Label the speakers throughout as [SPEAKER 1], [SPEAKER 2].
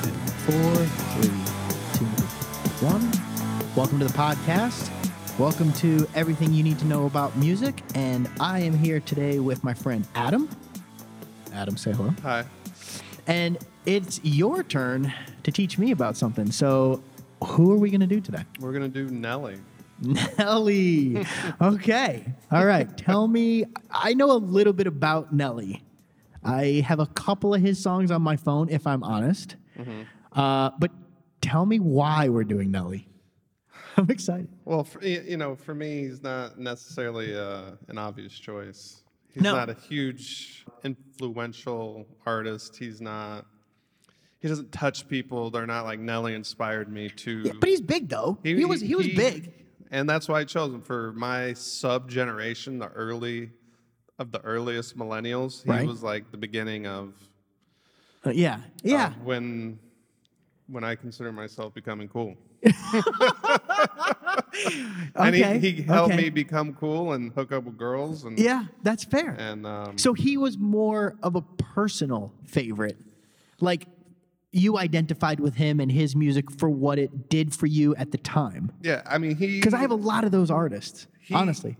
[SPEAKER 1] four, three, two, one. Welcome to the podcast. Welcome to everything you need to know about music. And I am here today with my friend Adam. Adam, say hello.
[SPEAKER 2] Hi.
[SPEAKER 1] And it's your turn to teach me about something. So, who are we going to do today?
[SPEAKER 2] We're gonna do Nelly.
[SPEAKER 1] Nelly. okay. All right. Tell me. I know a little bit about Nelly. I have a couple of his songs on my phone, if I'm honest. Uh, but tell me why we're doing Nelly. I'm excited.
[SPEAKER 2] Well, for, y- you know, for me, he's not necessarily uh, an obvious choice. He's
[SPEAKER 1] No.
[SPEAKER 2] not a huge influential artist. He's not. He doesn't touch people. They're not like Nelly inspired me to.
[SPEAKER 1] But he's big though. He, was he, was big.
[SPEAKER 2] and that's why I chose him for my sub generation, the early of the earliest millennials. He
[SPEAKER 1] Right.
[SPEAKER 2] was like the beginning of
[SPEAKER 1] Uh, yeah. Yeah.
[SPEAKER 2] Um, when when I consider myself becoming cool. and
[SPEAKER 1] Okay,
[SPEAKER 2] he, he helped
[SPEAKER 1] okay.
[SPEAKER 2] me become cool and hook up with girls and
[SPEAKER 1] yeah. That's fair.
[SPEAKER 2] and um,
[SPEAKER 1] So he was more of a personal favorite. Like you identified with him and his music for what it did for you at the time.
[SPEAKER 2] yeah, I mean he
[SPEAKER 1] Because I have a lot of those artists,
[SPEAKER 2] he-
[SPEAKER 1] honestly.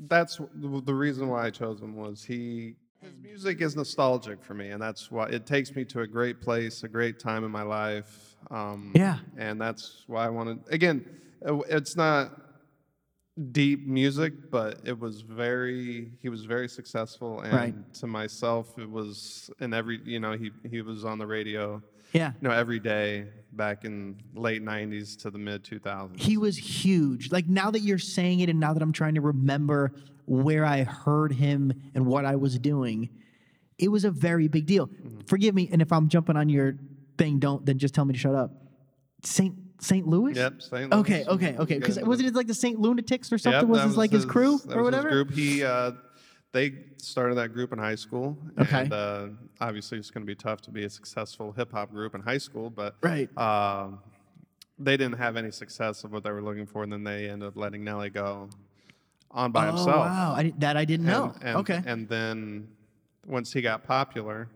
[SPEAKER 2] That's w- the reason why I chose him was he his music is nostalgic for me, and that's why it takes me to a great place, a great time in my life. Um,
[SPEAKER 1] Yeah.
[SPEAKER 2] and that's why I wanted again. uh, It's not deep music, but it was very. He was very successful, and
[SPEAKER 1] Right.
[SPEAKER 2] to myself, it was in every. You know, he he was on the radio.
[SPEAKER 1] Yeah.
[SPEAKER 2] You know, every day back in late '90s to the mid 2000s.
[SPEAKER 1] He was huge. Like now that you're saying it and now that I'm trying to remember where I heard him and what I was doing, it was a very big deal. Forgive me, and if I'm jumping on your thing, don't then just tell me to shut up. Saint St. Louis?
[SPEAKER 2] Yep, St. Louis.
[SPEAKER 1] Okay, okay, okay. Because
[SPEAKER 2] Yeah.
[SPEAKER 1] wasn't it like the St. Lunatics or
[SPEAKER 2] Yep,
[SPEAKER 1] something? was
[SPEAKER 2] that
[SPEAKER 1] his like his, crew
[SPEAKER 2] that
[SPEAKER 1] or
[SPEAKER 2] was his
[SPEAKER 1] whatever?
[SPEAKER 2] group. He, uh, they started that group in high school.
[SPEAKER 1] Okay.
[SPEAKER 2] And, uh, obviously, it's going to be tough to be a successful hip hop group in high school, but
[SPEAKER 1] Right.
[SPEAKER 2] um, they didn't have any success of what they were looking for, and then they ended up letting Nelly go on by
[SPEAKER 1] oh,
[SPEAKER 2] himself.
[SPEAKER 1] wow. I, didn't- that I didn't
[SPEAKER 2] And-
[SPEAKER 1] know.
[SPEAKER 2] And,
[SPEAKER 1] okay.
[SPEAKER 2] And then once he got popular.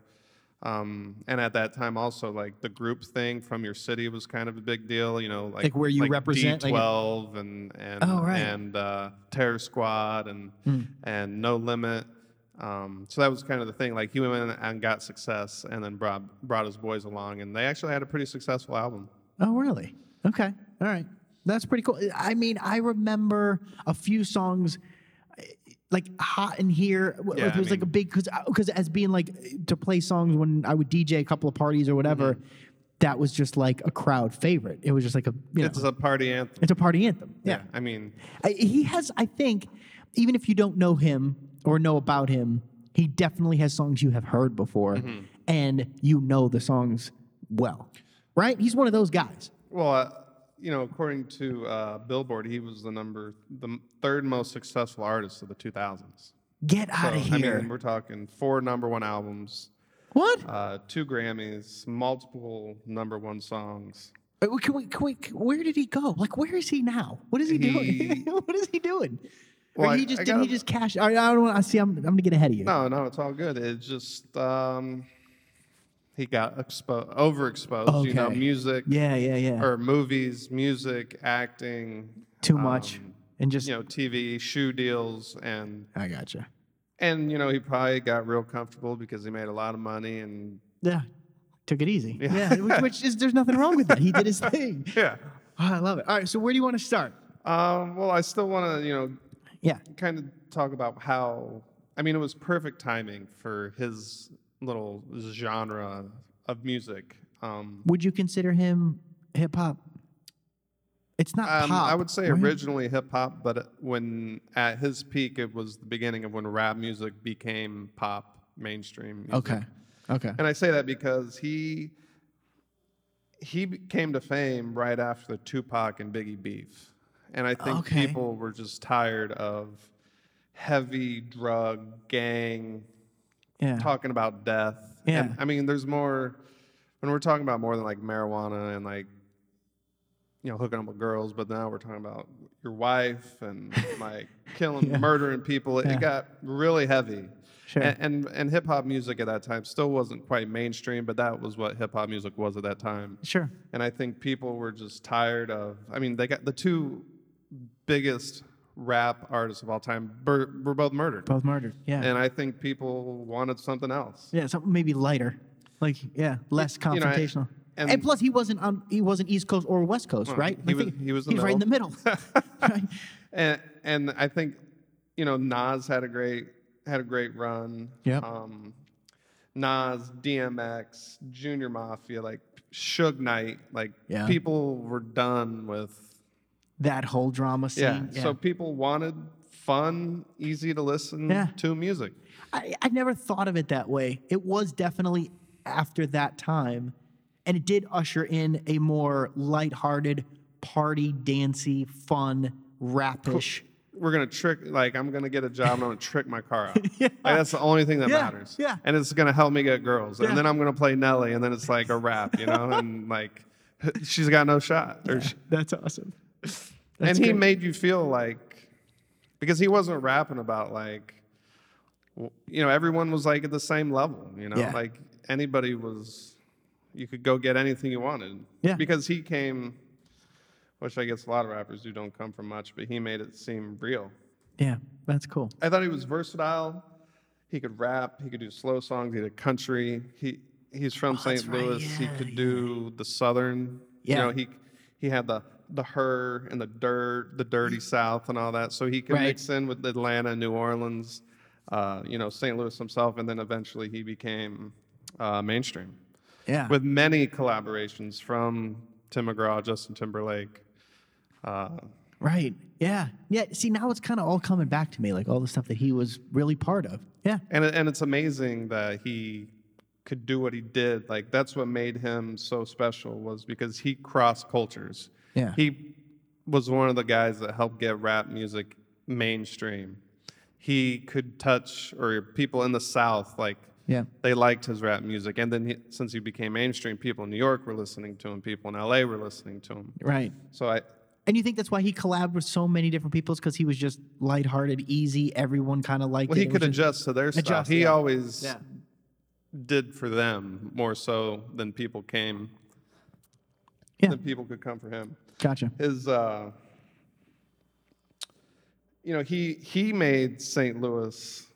[SPEAKER 2] Um, and at that time, also like the group thing from your city was kind of a big deal, you know, like,
[SPEAKER 1] Like where you represent, like a-
[SPEAKER 2] D12 12 and and
[SPEAKER 1] Oh, right. Hmm.
[SPEAKER 2] and uh, Terror Squad and and No Limit. Um, so that was kind of the thing. Like he went in and got success, and then brought brought his boys along, and they actually had a pretty successful album.
[SPEAKER 1] Oh, really? Okay. All right. That's pretty cool. I mean, I remember a few songs eh, like hot in here w-
[SPEAKER 2] Yeah,
[SPEAKER 1] like, it
[SPEAKER 2] I
[SPEAKER 1] was like a
[SPEAKER 2] mean-
[SPEAKER 1] big because because as being like eh, to play songs when i would dj a couple of parties or whatever
[SPEAKER 2] Mm-hmm.
[SPEAKER 1] that was just like a crowd favorite it was just like a you know,
[SPEAKER 2] It's a party anthem.
[SPEAKER 1] it's a party anthem yeah,
[SPEAKER 2] I mean,
[SPEAKER 1] I, he has i think even if you don't know him or know about him he definitely has songs you have heard before
[SPEAKER 2] Mm-hmm.
[SPEAKER 1] and you know the songs well right he's one of those guys
[SPEAKER 2] well, uh, you know, according to uh, Billboard, he was the number the m- third most successful artist of the 2000s.
[SPEAKER 1] Get out of
[SPEAKER 2] So,
[SPEAKER 1] here.
[SPEAKER 2] I mean, we're talking four number one albums,
[SPEAKER 1] what?
[SPEAKER 2] uh, two Grammys, multiple number one songs.
[SPEAKER 1] Uh, Can we, can we, can- where did he go? Like, where is he now? What is he, doing?
[SPEAKER 2] He-
[SPEAKER 1] what is he doing?
[SPEAKER 2] Well,
[SPEAKER 1] or
[SPEAKER 2] I-
[SPEAKER 1] he just
[SPEAKER 2] I
[SPEAKER 1] didn't he
[SPEAKER 2] gotta-
[SPEAKER 1] just cash? I, I don't want to see. I'm, I'm gonna get ahead of you.
[SPEAKER 2] No, no, it's all good. It's just um, he got expo- overexposed. You know,
[SPEAKER 1] Okay.
[SPEAKER 2] music
[SPEAKER 1] Yeah, yeah, yeah.
[SPEAKER 2] or movies, music, acting,
[SPEAKER 1] Too much,
[SPEAKER 2] um,
[SPEAKER 1] and just
[SPEAKER 2] you know, TV, shoe deals, and
[SPEAKER 1] I gotcha.
[SPEAKER 2] and you know he probably got real comfortable because he made a lot of money and
[SPEAKER 1] Yeah, took it easy. Yeah, which, which is there's nothing wrong with that. He did his thing.
[SPEAKER 2] yeah.
[SPEAKER 1] Oh, I love it. All right, so where do you want to start?
[SPEAKER 2] Um, well, I still want to you know
[SPEAKER 1] Yeah,
[SPEAKER 2] kind of talk about how I mean it was perfect timing for his little genre of music. Um,
[SPEAKER 1] would you consider him hip hop? It's not
[SPEAKER 2] Um,
[SPEAKER 1] pop.
[SPEAKER 2] I would say
[SPEAKER 1] right?
[SPEAKER 2] originally hip hop, but when at his peak, it was the beginning of when rap music became pop mainstream. Music.
[SPEAKER 1] Okay, okay.
[SPEAKER 2] And I say that because he he b- came to fame right after the Tupac and Biggie beef, and I think
[SPEAKER 1] Okay.
[SPEAKER 2] people were just tired of heavy drug gang
[SPEAKER 1] Yeah.
[SPEAKER 2] talking about death.
[SPEAKER 1] Yeah.
[SPEAKER 2] And, I mean, there's more when we're talking about more than like marijuana and like you know hooking up with girls, but now we're talking about your wife and like killing, murdering people. It got really heavy.
[SPEAKER 1] Sure.
[SPEAKER 2] And and, and hip hop music at that time still wasn't quite mainstream, but that was what hip hop music was at that time.
[SPEAKER 1] sure.
[SPEAKER 2] And I think people were just tired of. I mean, they got the two biggest rap artists of all time were, were both murdered,
[SPEAKER 1] Both murdered. Yeah.
[SPEAKER 2] and I think people wanted something else.
[SPEAKER 1] yeah. Something maybe lighter. Like yeah, less
[SPEAKER 2] You know, I-
[SPEAKER 1] confrontational. and,
[SPEAKER 2] and-
[SPEAKER 1] plus, he wasn't on. He wasn't East Coast or West Coast, right?
[SPEAKER 2] he
[SPEAKER 1] I
[SPEAKER 2] was-
[SPEAKER 1] think
[SPEAKER 2] he was the
[SPEAKER 1] he's right in the middle. right?
[SPEAKER 2] and and I think you know Nas had a great had a great run.
[SPEAKER 1] Yep.
[SPEAKER 2] Um, Nas, DMX, Junior Mafia, like Suge Knight, like
[SPEAKER 1] Yeah.
[SPEAKER 2] people were done with.
[SPEAKER 1] That whole drama scene.
[SPEAKER 2] Yeah. So people wanted fun, easy to listen
[SPEAKER 1] Yeah.
[SPEAKER 2] to music.
[SPEAKER 1] I, I never thought of it that way. It was definitely after that time, and it did usher in a more lighthearted, party, dancey, fun, rapish.
[SPEAKER 2] We're gonna trick like I'm gonna get a job and I'm gonna trick my car out. Like that's the only thing that
[SPEAKER 1] Yeah,
[SPEAKER 2] matters.
[SPEAKER 1] yeah.
[SPEAKER 2] And it's gonna help me get girls.
[SPEAKER 1] Yeah.
[SPEAKER 2] And then I'm gonna play Nelly and then it's like a rap, you know, and like she's got no shot. Or she-
[SPEAKER 1] That's awesome.
[SPEAKER 2] and he made you feel like because he wasn't rapping about like w- you know everyone was like at the same level you know
[SPEAKER 1] Yeah.
[SPEAKER 2] like anybody was you could go get anything you wanted
[SPEAKER 1] Yeah.
[SPEAKER 2] because he came which i guess a lot of rappers do don't come from much but he made it seem real
[SPEAKER 1] Yeah, that's cool.
[SPEAKER 2] i thought he was versatile he could rap he could do slow songs he did country he he's from
[SPEAKER 1] Oh, that's
[SPEAKER 2] st
[SPEAKER 1] right,
[SPEAKER 2] louis
[SPEAKER 1] yeah,
[SPEAKER 2] he could do the southern
[SPEAKER 1] Yeah.
[SPEAKER 2] you know he he had the the her and the dirt the dirty south and all that so he could
[SPEAKER 1] Mm. Right.
[SPEAKER 2] mix in with atlanta new orleans uh, you know st louis himself and then eventually he became uh, mainstream
[SPEAKER 1] Yeah.
[SPEAKER 2] with many collaborations from tim mcgraw justin timberlake uh,
[SPEAKER 1] right. Yeah. Yeah. See, now it's kind of all coming back to me, like all the stuff that he was really part of. Yeah.
[SPEAKER 2] and, it- and it's amazing that he could do what he did like that's what made him so special was because he crossed cultures
[SPEAKER 1] Yeah.
[SPEAKER 2] he was one of the guys that helped get rap music mainstream he could touch or people in the south like
[SPEAKER 1] yeah.
[SPEAKER 2] they liked his rap music and then he, since he became mainstream people in new york were listening to him people in la were listening to him
[SPEAKER 1] Right.
[SPEAKER 2] so i
[SPEAKER 1] And you think that's why he collabed with so many different people? because he was just lighthearted, easy. Everyone kind of liked
[SPEAKER 2] well
[SPEAKER 1] it.
[SPEAKER 2] he
[SPEAKER 1] It
[SPEAKER 2] could
[SPEAKER 1] was just-
[SPEAKER 2] adjust to their style
[SPEAKER 1] adjust,
[SPEAKER 2] he
[SPEAKER 1] yeah.
[SPEAKER 2] always
[SPEAKER 1] Yeah.
[SPEAKER 2] did for them more so than people came
[SPEAKER 1] Yeah.
[SPEAKER 2] than people could come for him
[SPEAKER 1] Gotcha.
[SPEAKER 2] his uh you know he he made St. Louis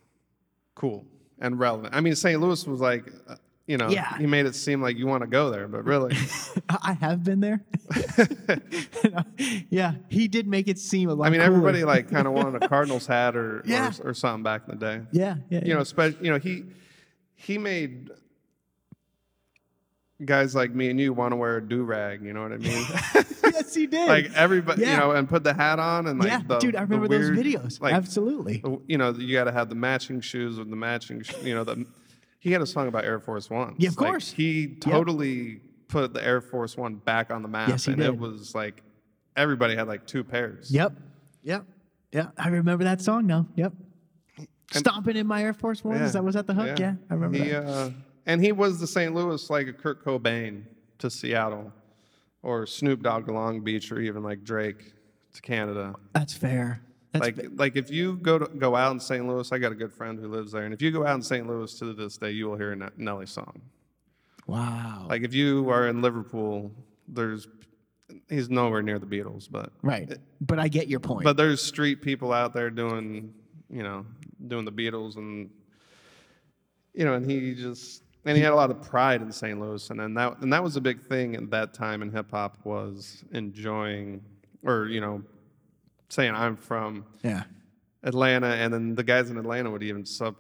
[SPEAKER 2] cool and relevant. I mean St. Louis was like uh, you know
[SPEAKER 1] Yeah.
[SPEAKER 2] he made it seem like you want to go there, but really
[SPEAKER 1] I have been there. yeah, he did make it seem a lot.
[SPEAKER 2] I mean
[SPEAKER 1] cooler.
[SPEAKER 2] everybody like kind of wanted a Cardinals hat or,
[SPEAKER 1] Yeah.
[SPEAKER 2] or or something back in the day.
[SPEAKER 1] Yeah, yeah.
[SPEAKER 2] You know, spe- you know he he made guys like me and you want to wear a do-rag, you know what I mean?
[SPEAKER 1] yeah. yes, he did.
[SPEAKER 2] like everybody,
[SPEAKER 1] Yeah.
[SPEAKER 2] you know, and put the hat on and like
[SPEAKER 1] yeah,
[SPEAKER 2] the
[SPEAKER 1] dude, I
[SPEAKER 2] the
[SPEAKER 1] remember those
[SPEAKER 2] weird,
[SPEAKER 1] videos.
[SPEAKER 2] Like
[SPEAKER 1] Absolutely.
[SPEAKER 2] the- you know, you got to have the matching shoes with the matching, sh- you know, the, he had a song about Air Force One.
[SPEAKER 1] Yeah, of course.
[SPEAKER 2] He totally put the Air Force One back on the map.
[SPEAKER 1] Yes, he
[SPEAKER 2] and
[SPEAKER 1] did.
[SPEAKER 2] it was like everybody had like two pairs.
[SPEAKER 1] Yep. Yep. Yeah, I remember that song now. Yep. Stomping in my Air Force Ones.
[SPEAKER 2] Yeah.
[SPEAKER 1] That was at the hook. Yeah, I remember
[SPEAKER 2] He,
[SPEAKER 1] that.
[SPEAKER 2] uh, and he was the St. Louis like a Kurt Cobain to Seattle or Snoop Dogg to Long Beach or even like Drake to Canada.
[SPEAKER 1] That's fair. That's
[SPEAKER 2] like like if you go to, go out in St. Louis, I got a good friend who lives there, and if you go out in St. Louis to this day, you will hear a Ne- Nelly song.
[SPEAKER 1] wow.
[SPEAKER 2] Like if you are in Liverpool, there's he's nowhere near the Beatles, but
[SPEAKER 1] right. but I get your point.
[SPEAKER 2] uh, but there's street people out there doing you know doing the Beatles and you know and he just and he had a lot of pride in St. Louis and, and that and that was a big thing at that time in hip hop was enjoying or you know saying I'm from
[SPEAKER 1] yeah.
[SPEAKER 2] Atlanta, and then the guys in Atlanta would even sub,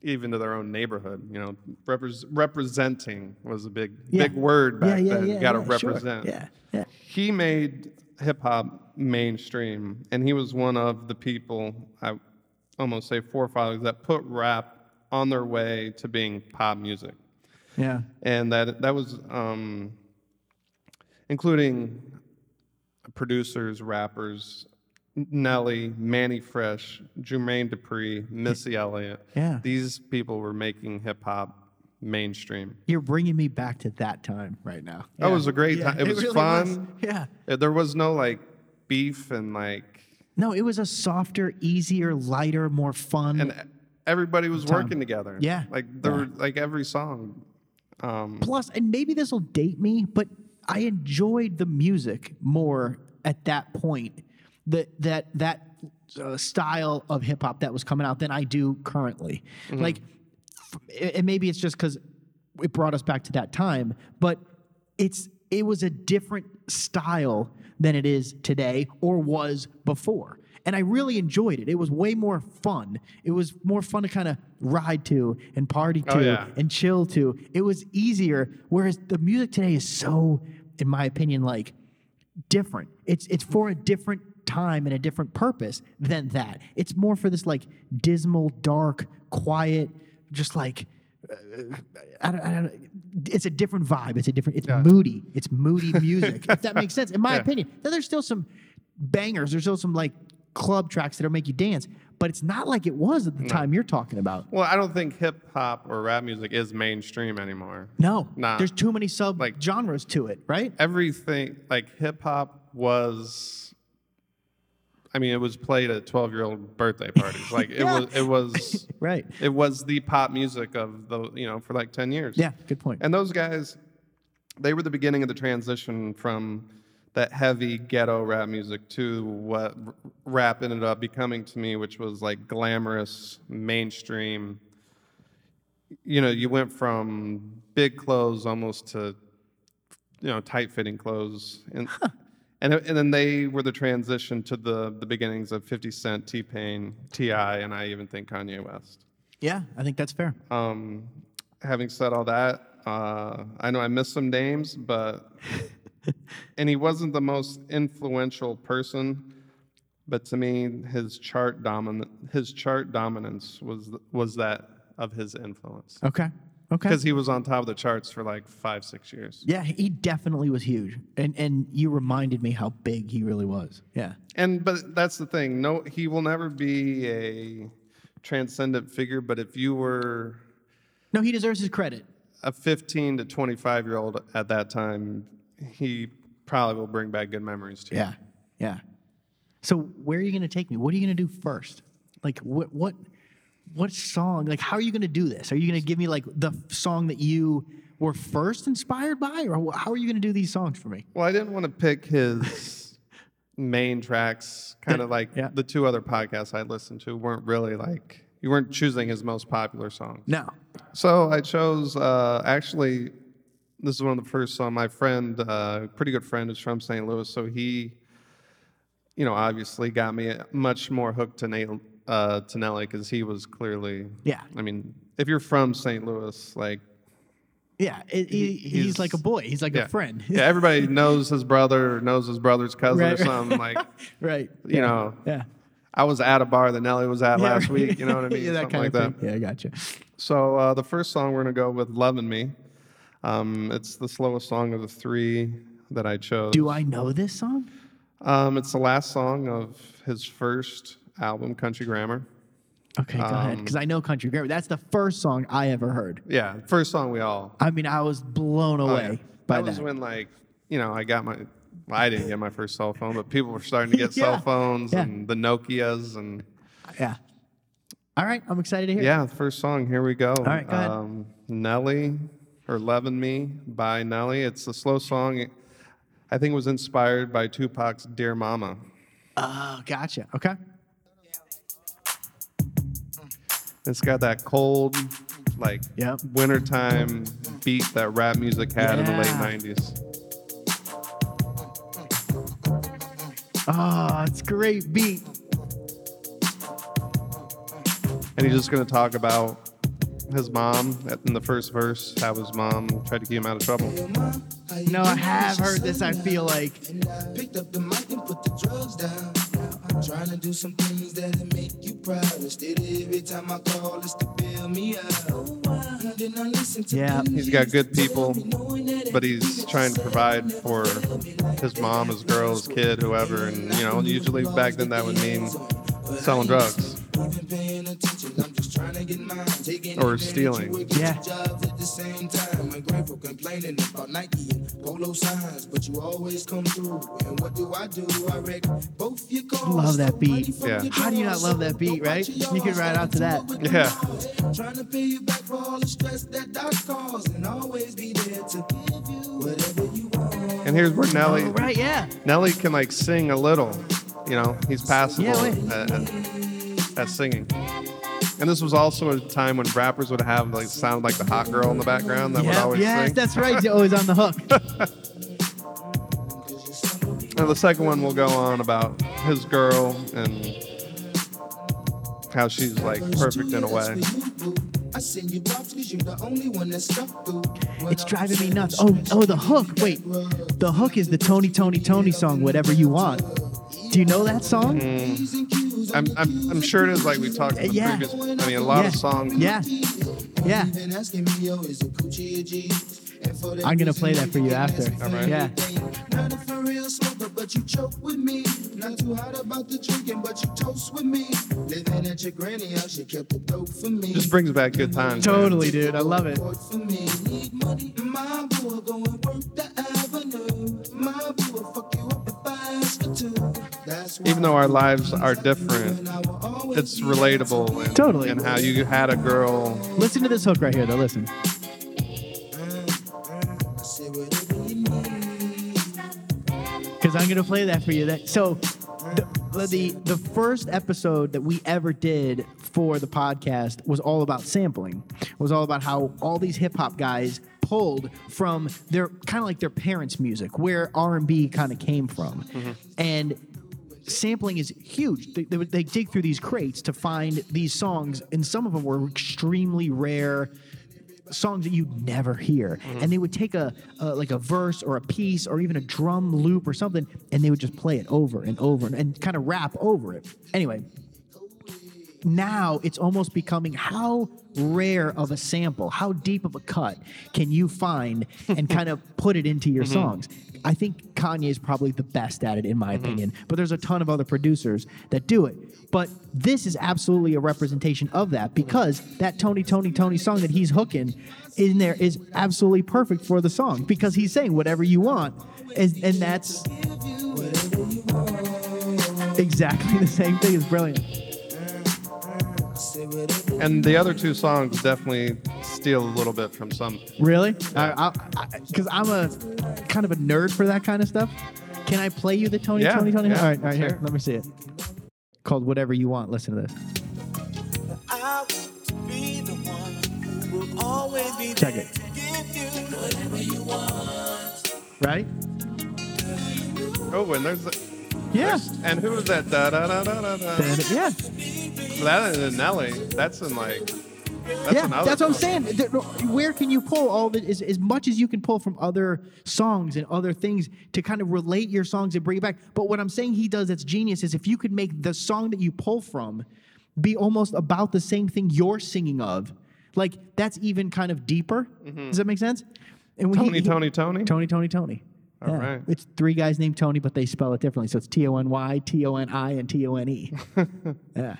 [SPEAKER 2] even to their own neighborhood. You know, repres representing was a big,
[SPEAKER 1] Yeah.
[SPEAKER 2] big word back
[SPEAKER 1] yeah, yeah,
[SPEAKER 2] then.
[SPEAKER 1] yeah,
[SPEAKER 2] you got to
[SPEAKER 1] yeah, sure.
[SPEAKER 2] represent.
[SPEAKER 1] Yeah, yeah.
[SPEAKER 2] He made hip hop mainstream, and he was one of the people I almost say forefathers that put rap on their way to being pop music
[SPEAKER 1] Yeah.
[SPEAKER 2] and that that was um, including producers, rappers, Nelly, Manny Fresh, Jermaine Dupri, Missy Elliott.
[SPEAKER 1] Yeah.
[SPEAKER 2] these people were making hip hop mainstream.
[SPEAKER 1] You're bringing me back to that time right now.
[SPEAKER 2] That was a great
[SPEAKER 1] Yeah,
[SPEAKER 2] time. It was
[SPEAKER 1] really
[SPEAKER 2] fun.
[SPEAKER 1] Yeah.
[SPEAKER 2] Uh, There was no like beef and like
[SPEAKER 1] No, it was a softer, easier, lighter, more fun.
[SPEAKER 2] and everybody was
[SPEAKER 1] Time.
[SPEAKER 2] working together.
[SPEAKER 1] Yeah.
[SPEAKER 2] Like there
[SPEAKER 1] Yeah.
[SPEAKER 2] were like every song. Um,
[SPEAKER 1] Plus, and maybe this will date me, but I enjoyed the music more at that point. That that that uh, style of hip hop that was coming out than I do currently.
[SPEAKER 2] Mm-hmm.
[SPEAKER 1] Like, f- a- and maybe it's just because it brought us back to that time, but it's it was a different style than it is today or was before. And I really enjoyed it. It was way more fun. It was more fun to kind of ride to and party to
[SPEAKER 2] Oh, yeah.
[SPEAKER 1] and chill to. It was easier. Whereas the music today is so, in my opinion, like different. It's it's for a different time and a different purpose than that. It's more for this like dismal, dark, quiet, just like uh, I don't, I don't, it's a different vibe. It's a different. It's moody. It's moody music. if that makes sense, in my
[SPEAKER 2] Yeah.
[SPEAKER 1] opinion. Now there's still some bangers. There's still some like club tracks that'll make you dance, but it's not like it was at the time you're talking about.
[SPEAKER 2] well, I don't think hip hop or rap music is mainstream anymore.
[SPEAKER 1] No,
[SPEAKER 2] Nah.
[SPEAKER 1] there's too many sub
[SPEAKER 2] Like-
[SPEAKER 1] genres to it, right?
[SPEAKER 2] everything like hip hop was I mean it was played at 12 year old birthday parties. Like
[SPEAKER 1] Yeah.
[SPEAKER 2] it was it was
[SPEAKER 1] Right.
[SPEAKER 2] it was the pop music of the you know for like 10 years.
[SPEAKER 1] Yeah, good point.
[SPEAKER 2] And those guys they were the beginning of the transition from that heavy ghetto rap music to what r- rap ended up becoming to me which was like glamorous mainstream you know you went from big clothes almost to you know tight fitting clothes and and, and then they were the transition to the the beginnings of 50 cent t-pain ti and i even think kanye west
[SPEAKER 1] Yeah, I think that's fair.
[SPEAKER 2] um, having said all that uh, i know i missed some names but and he wasn't the most influential person but to me his chart dominant his chart dominance was was that of his influence
[SPEAKER 1] Okay. Okay.
[SPEAKER 2] because he was on top of the charts for like five six years
[SPEAKER 1] Yeah, he definitely was huge, and and you reminded me how big he really was. Yeah.
[SPEAKER 2] And but that's the thing. No, he will never be a transcendent figure. But if you were
[SPEAKER 1] No, he deserves his credit.
[SPEAKER 2] a 15 to 25 year old at that time, he probably will bring back good memories to you.
[SPEAKER 1] Yeah. Yeah. So where are you going to take me? What are you going to do first? Like what what what song? Like how are you going to do this? Are you going to give me like the f- song that you were first inspired by, or wh- how are you going to do these songs for me?
[SPEAKER 2] Well, I didn't want to pick his main tracks. Kind of like
[SPEAKER 1] Yeah.
[SPEAKER 2] the two other podcasts I listened to weren't really like you weren't choosing his most popular songs.
[SPEAKER 1] No.
[SPEAKER 2] So I chose uh, actually. This is one of the first songs. My friend, uh, pretty good friend, is from St. Louis, so he, you know, obviously got me much more hooked to Nate uh, to Nelly because he was clearly.
[SPEAKER 1] Yeah.
[SPEAKER 2] I mean, if you're from St. Louis, like
[SPEAKER 1] Yeah. It, he, he's,
[SPEAKER 2] he's-
[SPEAKER 1] like a boy. He's like
[SPEAKER 2] yeah,
[SPEAKER 1] a friend.
[SPEAKER 2] yeah, everybody knows his brother, or knows his brother's cousin
[SPEAKER 1] Right,
[SPEAKER 2] or
[SPEAKER 1] right.
[SPEAKER 2] something. like,
[SPEAKER 1] right.
[SPEAKER 2] you know,
[SPEAKER 1] Yeah.
[SPEAKER 2] I was at a bar that Nelly was at
[SPEAKER 1] Yeah,
[SPEAKER 2] last
[SPEAKER 1] right.
[SPEAKER 2] week. You know what I mean?
[SPEAKER 1] yeah, that
[SPEAKER 2] Something
[SPEAKER 1] kind
[SPEAKER 2] like
[SPEAKER 1] of
[SPEAKER 2] that.
[SPEAKER 1] thing. Yeah, I gotcha.
[SPEAKER 2] So uh, the first song we're gonna go with "Loving Me." Um, it's the slowest song of the three that I chose.
[SPEAKER 1] Do I know this song?
[SPEAKER 2] Um, it's the last song of his first album, Country Grammar.
[SPEAKER 1] Okay, go ahead.
[SPEAKER 2] Um,
[SPEAKER 1] Because I know Country Grammar. That's the first song I ever heard.
[SPEAKER 2] Yeah, first song we all.
[SPEAKER 1] I mean, I was blown
[SPEAKER 2] Oh,
[SPEAKER 1] away
[SPEAKER 2] yeah.
[SPEAKER 1] by
[SPEAKER 2] that
[SPEAKER 1] that.
[SPEAKER 2] was when like you know I got my. Well, I didn't get my first cell phone, but people were starting to get
[SPEAKER 1] Yeah.
[SPEAKER 2] cell phones
[SPEAKER 1] Yeah.
[SPEAKER 2] and the Nokias and
[SPEAKER 1] yeah. All right, I'm excited to hear. it.
[SPEAKER 2] yeah, the first song. Here we go. All
[SPEAKER 1] right, go ahead.
[SPEAKER 2] Um, Nelly or "Loving Me" by Nelly. It's a slow song. I think it was inspired by Tupac's "Dear Mama."
[SPEAKER 1] Oh, gotcha. Okay.
[SPEAKER 2] It's got that cold, like
[SPEAKER 1] Yep.
[SPEAKER 2] wintertime beat that rap music had in the
[SPEAKER 1] Yeah.
[SPEAKER 2] late 90s.
[SPEAKER 1] Oh, it's a great beat.
[SPEAKER 2] And he's just going to talk about his mom at- in the first verse, how his mom tried to keep him out of trouble.
[SPEAKER 1] No, I have heard this. I feel like
[SPEAKER 3] And I picked up the mic and put the drugs down. Now I'm trying to do some things that'll make you proud. Instead of every time I call, it's to bail me out. And then I listen to
[SPEAKER 1] Yeah.
[SPEAKER 2] He's got good people, but he's trying to provide for his mom, his girl, his kid, whoever. And, you know, usually back then that would mean selling drugs.
[SPEAKER 3] Even paying attention, I'm just trying to get mine, taking
[SPEAKER 2] Or
[SPEAKER 3] advantage, you
[SPEAKER 2] stealing.
[SPEAKER 3] would get
[SPEAKER 1] Yeah.
[SPEAKER 3] two Jobs at the same time. My grandpa complaining about Nike and polo signs, but you always come through. And what do I do? I wreck both your cars.
[SPEAKER 1] Love that beat.
[SPEAKER 2] Yeah.
[SPEAKER 1] How do you not love that beat, right? You could ride out to that.
[SPEAKER 2] Yeah.
[SPEAKER 3] Trying to pay you back for all the stress that doc caused, and always be there to give you whatever you want.
[SPEAKER 2] And here's where Nelly
[SPEAKER 1] Oh, right, yeah.
[SPEAKER 2] Nelly can like sing a little, you know, he's passable
[SPEAKER 1] Yeah, wait.
[SPEAKER 2] at, at, at singing. And this was also a time when rappers would have like sound like the hot girl in the background that would
[SPEAKER 1] Yeah,
[SPEAKER 2] always
[SPEAKER 1] yes,
[SPEAKER 2] sing.
[SPEAKER 1] that's right. You're always on the hook.
[SPEAKER 2] And the second one will go on about his girl and how she's like perfect in a way.
[SPEAKER 3] I send you props 'cause you're the only one that's stuck through. When
[SPEAKER 1] It's
[SPEAKER 3] I'm
[SPEAKER 1] driving me
[SPEAKER 3] sitting
[SPEAKER 1] nuts.
[SPEAKER 3] on
[SPEAKER 1] Oh,
[SPEAKER 3] the
[SPEAKER 1] oh, the hook. Wait, the hook is the Tony, Tony, Tony song. Whatever you want. Do you know that song?
[SPEAKER 2] Mm,
[SPEAKER 3] P's and Q's on
[SPEAKER 2] I'm,
[SPEAKER 3] your
[SPEAKER 2] I'm, I'm
[SPEAKER 3] Q's
[SPEAKER 2] sure it
[SPEAKER 3] and
[SPEAKER 2] is like we talked in the
[SPEAKER 1] Yeah.
[SPEAKER 2] previous. I mean, a lot of
[SPEAKER 1] Yeah.
[SPEAKER 2] songs.
[SPEAKER 1] Yeah, yeah.
[SPEAKER 3] Even asking me, yo, is it Gucci or G's? And for that
[SPEAKER 1] I'm gonna
[SPEAKER 3] reason,
[SPEAKER 1] play that for you
[SPEAKER 3] can ask
[SPEAKER 1] after.
[SPEAKER 3] me for
[SPEAKER 2] All right.
[SPEAKER 1] Yeah.
[SPEAKER 3] anything. Not a for real smoker, but you choke with me. Not too hot about the drinking, but you toast with me. Living at your granny house, she kept the dope for me.
[SPEAKER 2] Just brings back good times. man.
[SPEAKER 1] Totally, dude. I love it.
[SPEAKER 3] Work for me. Need money, my boy, go and work the avenue. My boy, fuck you up if I ask for two. That's why
[SPEAKER 2] Even though our lives are
[SPEAKER 3] and
[SPEAKER 2] different,
[SPEAKER 3] I will always
[SPEAKER 2] it's relatable. And,
[SPEAKER 1] Totally.
[SPEAKER 2] And how you had a girl.
[SPEAKER 1] Listen to this hook right here, though. Listen.
[SPEAKER 3] say whatever you need.
[SPEAKER 1] because I'm gonna play that for you. That so the, the the first episode that we ever did for the podcast was all about sampling. Was all about how all these hip hop guys pulled from their kind of like their parents' music, where R and B kind of came from, and sampling is huge. They, they, would- they dig through these crates to find these songs, and some of them were extremely rare songs that you'd never hear. And they would take a, a like a verse or a piece or even a drum loop or something, and they would just play it over and over and, and kind of rap over it. Anyway, now it's almost becoming how rare of a sample, how deep of a cut can you find and kind of put it into your songs? I think Kanye is probably the best at it, in my opinion, but there's a ton of other producers that do it. But this is absolutely a representation of that because that Tony, Tony, Tony song that he's hooking in there is absolutely perfect for the song because he's saying whatever you want. And, and that's exactly the same thing. It's brilliant.
[SPEAKER 3] Say whatever
[SPEAKER 2] And the other two songs definitely steal a little bit from some.
[SPEAKER 1] Really? Because I, I, 'cause I'm a kind of a nerd for that kind of stuff. Can I play you the Tony,
[SPEAKER 2] Yeah,
[SPEAKER 1] Tony, Tony?
[SPEAKER 2] yeah,
[SPEAKER 1] all right, all right, here.
[SPEAKER 2] sure.
[SPEAKER 1] Let me see it. Called Whatever You Want. Listen to this.
[SPEAKER 4] I want to be the one who will always be
[SPEAKER 1] Check
[SPEAKER 4] there
[SPEAKER 1] it.
[SPEAKER 4] to give you whatever you want.
[SPEAKER 1] Right?
[SPEAKER 2] Oh, and there's. The,
[SPEAKER 1] Yeah.
[SPEAKER 2] And who was that? Da, da, da, da, da, da.
[SPEAKER 1] Bandit- Yeah.
[SPEAKER 2] That isn't Nelly. That's in like. That's
[SPEAKER 1] yeah.
[SPEAKER 2] another
[SPEAKER 1] That's what I'm saying.
[SPEAKER 2] song.
[SPEAKER 1] There- Where can you pull all the as, as much as you can pull from other songs and other things to kind of relate your songs and bring it back? But what I'm saying he does that's genius is if you could make the song that you pull from be almost about the same thing you're singing of, like that's even kind of deeper. Does that make sense? And when he-
[SPEAKER 2] Mm-hmm. Tony,
[SPEAKER 1] he-
[SPEAKER 2] Tony, Tony.
[SPEAKER 1] Tony, Tony, Tony.
[SPEAKER 2] All right.
[SPEAKER 1] It's three guys named Tony, but they spell it differently. So it's T O N Y, T O N I, and T O N E. Yeah.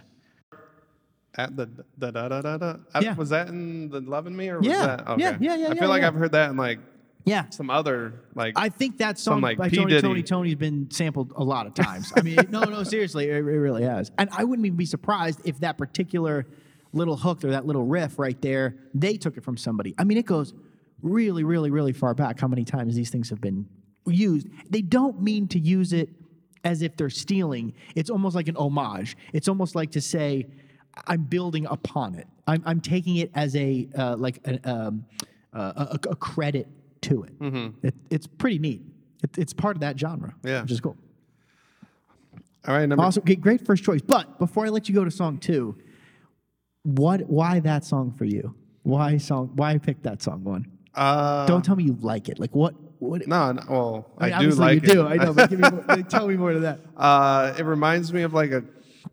[SPEAKER 2] At the da da da da da. I-
[SPEAKER 1] Yeah.
[SPEAKER 2] Was that in the Loving Me or was
[SPEAKER 1] Yeah,
[SPEAKER 2] that? Okay.
[SPEAKER 1] yeah, yeah, yeah,
[SPEAKER 2] I
[SPEAKER 1] yeah,
[SPEAKER 2] feel like
[SPEAKER 1] yeah.
[SPEAKER 2] I've heard that in like
[SPEAKER 1] Yeah.
[SPEAKER 2] some other like.
[SPEAKER 1] I think that song
[SPEAKER 2] like,
[SPEAKER 1] by
[SPEAKER 2] P.
[SPEAKER 1] Tony,
[SPEAKER 2] Diddy.
[SPEAKER 1] Tony, Tony's been sampled a lot of times. I mean, no, no, seriously, it, it really has. And I wouldn't even be surprised if that particular little hook or that little riff right there, they took it from somebody. I mean, it goes really, really, really far back how many times these things have been used. They don't mean to use it as if they're stealing. It's almost like an homage. It's almost like to say, I'm building upon it. I'm, I'm taking it as a uh, like an, um, uh, a, a credit to it. it it's pretty neat. It, it's part of that genre,
[SPEAKER 2] Mm-hmm. Yeah.
[SPEAKER 1] which is cool.
[SPEAKER 2] All right, number
[SPEAKER 1] Awesome, okay, great first choice. But before I let you go to song two, what? Why that song for you? Why song? Why pick that song one?
[SPEAKER 2] Uh,
[SPEAKER 1] Don't tell me you like it. Like what? What?
[SPEAKER 2] no, no, well, I,
[SPEAKER 1] mean,
[SPEAKER 2] do
[SPEAKER 1] obviously
[SPEAKER 2] like
[SPEAKER 1] you
[SPEAKER 2] it.
[SPEAKER 1] do. I know, but give me more, like, tell me more to that.
[SPEAKER 2] Uh, it reminds me of like a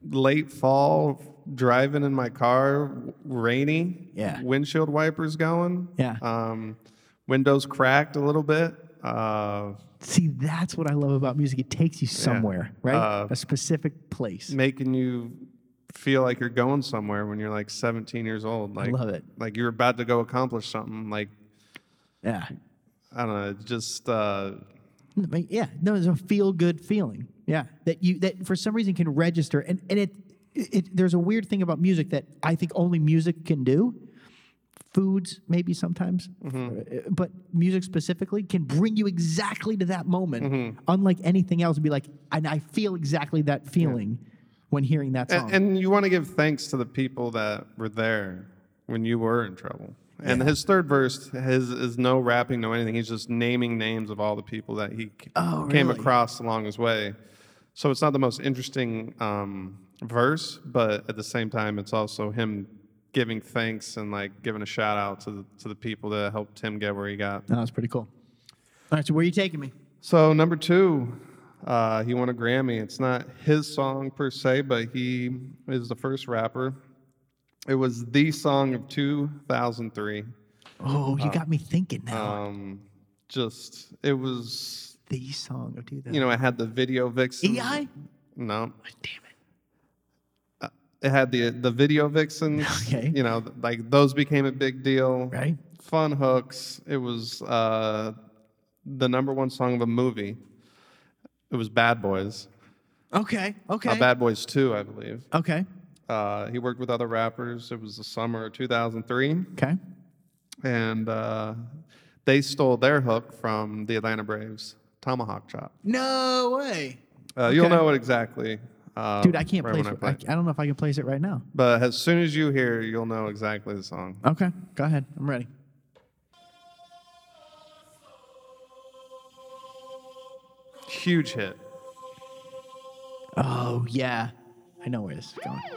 [SPEAKER 2] late fall driving in my car, w- rainy.
[SPEAKER 1] Yeah.
[SPEAKER 2] Windshield wipers going.
[SPEAKER 1] Yeah.
[SPEAKER 2] Um, windows cracked a little bit. Uh,
[SPEAKER 1] See, that's what I love about music. It takes you somewhere, right?
[SPEAKER 2] Uh,
[SPEAKER 1] a specific place.
[SPEAKER 2] making you feel like you're going somewhere when you're like 17 years old. Like
[SPEAKER 1] love it.
[SPEAKER 2] Like you're about to go accomplish something. Like
[SPEAKER 1] Yeah.
[SPEAKER 2] I don't know, it's just uh,
[SPEAKER 1] I mean, Yeah, no, it's a feel good feeling. Yeah, that you that for some reason can register, and and it, it there's a weird thing about music that I think only music can do. Foods maybe sometimes,
[SPEAKER 2] Mm-hmm.
[SPEAKER 1] uh, but music specifically can bring you exactly to that moment,
[SPEAKER 2] Mm-hmm.
[SPEAKER 1] unlike anything else. Be like, and I feel exactly that feeling when hearing that song.
[SPEAKER 2] and, and you want to give thanks to the people that were there when you were in trouble. And his third verse his, is no rapping, no anything. He's just naming names of all the people that he c-
[SPEAKER 1] Oh,
[SPEAKER 2] came
[SPEAKER 1] really?
[SPEAKER 2] across along his way. So it's not the most interesting um, verse, but at the same time, it's also him giving thanks and like giving a shout out to the, to the people that helped him get where he got.
[SPEAKER 1] that was pretty cool. All right, so where are you taking me?
[SPEAKER 2] So number two, uh, he won a Grammy. It's not his song per se, but he is the first rapper. It was the song of 2003.
[SPEAKER 1] Oh,
[SPEAKER 2] Uh,
[SPEAKER 1] you got me thinking now.
[SPEAKER 2] Um, just it was,
[SPEAKER 1] the song of 2000.
[SPEAKER 2] you know, it had the video vixen.
[SPEAKER 1] EI?
[SPEAKER 2] No,
[SPEAKER 1] Damn it.
[SPEAKER 2] it had the the video vixens.
[SPEAKER 1] Okay.
[SPEAKER 2] You know, like those became a big deal.
[SPEAKER 1] Right.
[SPEAKER 2] Fun hooks. It was uh, the number one song of a movie. It was Bad Boys.
[SPEAKER 1] Okay. Okay.
[SPEAKER 2] Uh, Bad Boys 2, I believe.
[SPEAKER 1] Okay.
[SPEAKER 2] Uh, he worked with other rappers. It was the summer of 2003,
[SPEAKER 1] Okay.
[SPEAKER 2] and uh, they stole their hook from the Atlanta Braves, Tomahawk Chop.
[SPEAKER 1] No way.
[SPEAKER 2] Uh, You'll
[SPEAKER 1] Okay.
[SPEAKER 2] know it exactly. Uh,
[SPEAKER 1] Dude, I can't
[SPEAKER 2] right
[SPEAKER 1] place
[SPEAKER 2] when
[SPEAKER 1] it.
[SPEAKER 2] play
[SPEAKER 1] I, I don't know if I can place it right now.
[SPEAKER 2] But as soon as you hear, it, you'll know exactly the song.
[SPEAKER 1] Okay. Go ahead. I'm ready.
[SPEAKER 2] Huge hit.
[SPEAKER 1] Oh, yeah. I know where this is going.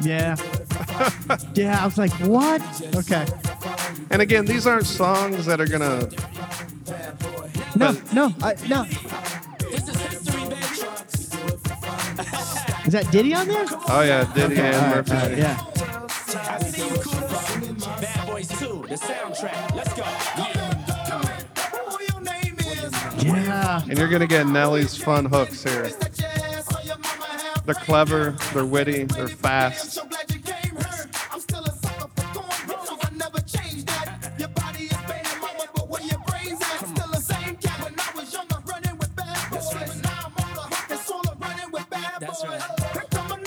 [SPEAKER 1] Yeah. yeah, I was like, what? Okay.
[SPEAKER 2] And again, these aren't songs that are gonna.
[SPEAKER 1] No, no, I, no. Is that Diddy on there?
[SPEAKER 2] Oh yeah, Diddy
[SPEAKER 1] All
[SPEAKER 2] and
[SPEAKER 1] right,
[SPEAKER 2] Murphy.
[SPEAKER 1] all right, yeah.
[SPEAKER 4] I see you kudos. Bad Boys 2, the soundtrack. Let's go.
[SPEAKER 1] Yeah.
[SPEAKER 2] And you're gonna get Nelly's fun hooks here. They're clever. They're witty. They're fast.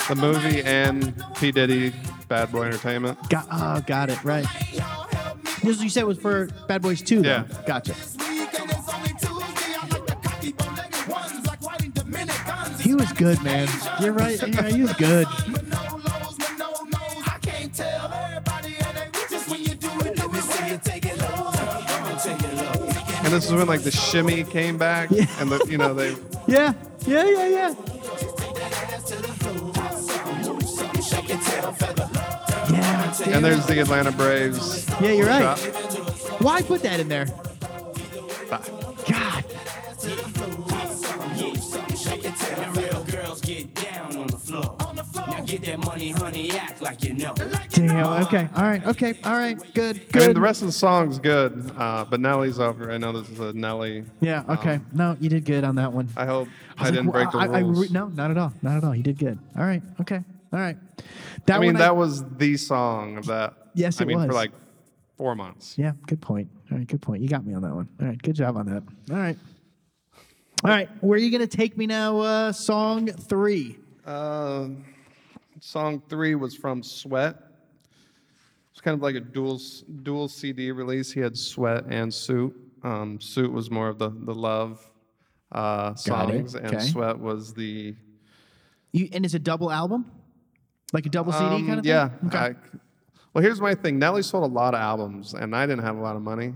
[SPEAKER 2] the movie and P. Diddy, Bad Boy Entertainment.
[SPEAKER 1] Got, oh, got it. Right. This is what you said was for Bad Boys 2. though.
[SPEAKER 2] Yeah.
[SPEAKER 1] Gotcha. He
[SPEAKER 5] He
[SPEAKER 1] was good, man. You're right. Yeah, he was good.
[SPEAKER 2] And this is when like the shimmy came back, and the, you know they
[SPEAKER 1] Yeah. Yeah, yeah, yeah. Yeah.
[SPEAKER 2] and there's the Atlanta Braves.
[SPEAKER 1] Yeah, you're right.
[SPEAKER 2] shot.
[SPEAKER 1] Why put that in there? God.
[SPEAKER 4] Real girls get down on the floor. Now get that money, honey, act like you know.
[SPEAKER 1] Damn. Okay. All right. Okay. All right. Good.
[SPEAKER 2] I
[SPEAKER 1] Good.
[SPEAKER 2] mean the rest of the song's good, uh, but Nelly's over. I know this is a Nelly.
[SPEAKER 1] yeah. Okay.
[SPEAKER 2] um,
[SPEAKER 1] no, you did good on that one.
[SPEAKER 2] I hope
[SPEAKER 1] was
[SPEAKER 2] I,
[SPEAKER 1] like,
[SPEAKER 2] didn't
[SPEAKER 1] well,
[SPEAKER 2] break the
[SPEAKER 1] I- I
[SPEAKER 2] rules. I,
[SPEAKER 1] re- no, not at all. Not at all. You did good. All right. Okay. All right. That
[SPEAKER 2] mean
[SPEAKER 1] one
[SPEAKER 2] that was the song of that.
[SPEAKER 1] Yes,
[SPEAKER 2] I
[SPEAKER 1] it
[SPEAKER 2] mean for
[SPEAKER 1] was.
[SPEAKER 2] like four months.
[SPEAKER 1] Yeah, good point. All right, good point. You got me on that one. All right, good job on that. All right. All right, where are you going to take me now? Uh, song three.
[SPEAKER 2] Uh, song three was from Sweat. It's kind of like a dual s- dual CD release. He had Sweat and Suit. Um, Suit was more of the the love uh,
[SPEAKER 1] Got it.
[SPEAKER 2] songs, and
[SPEAKER 1] Okay.
[SPEAKER 2] Sweat was the
[SPEAKER 1] You, and it's a double album? Like a double CD
[SPEAKER 2] um,
[SPEAKER 1] kind of thing?
[SPEAKER 2] yeah.
[SPEAKER 1] Okay.
[SPEAKER 2] I- well, here's my thing. Nelly sold a lot of albums, and I didn't have a lot of money,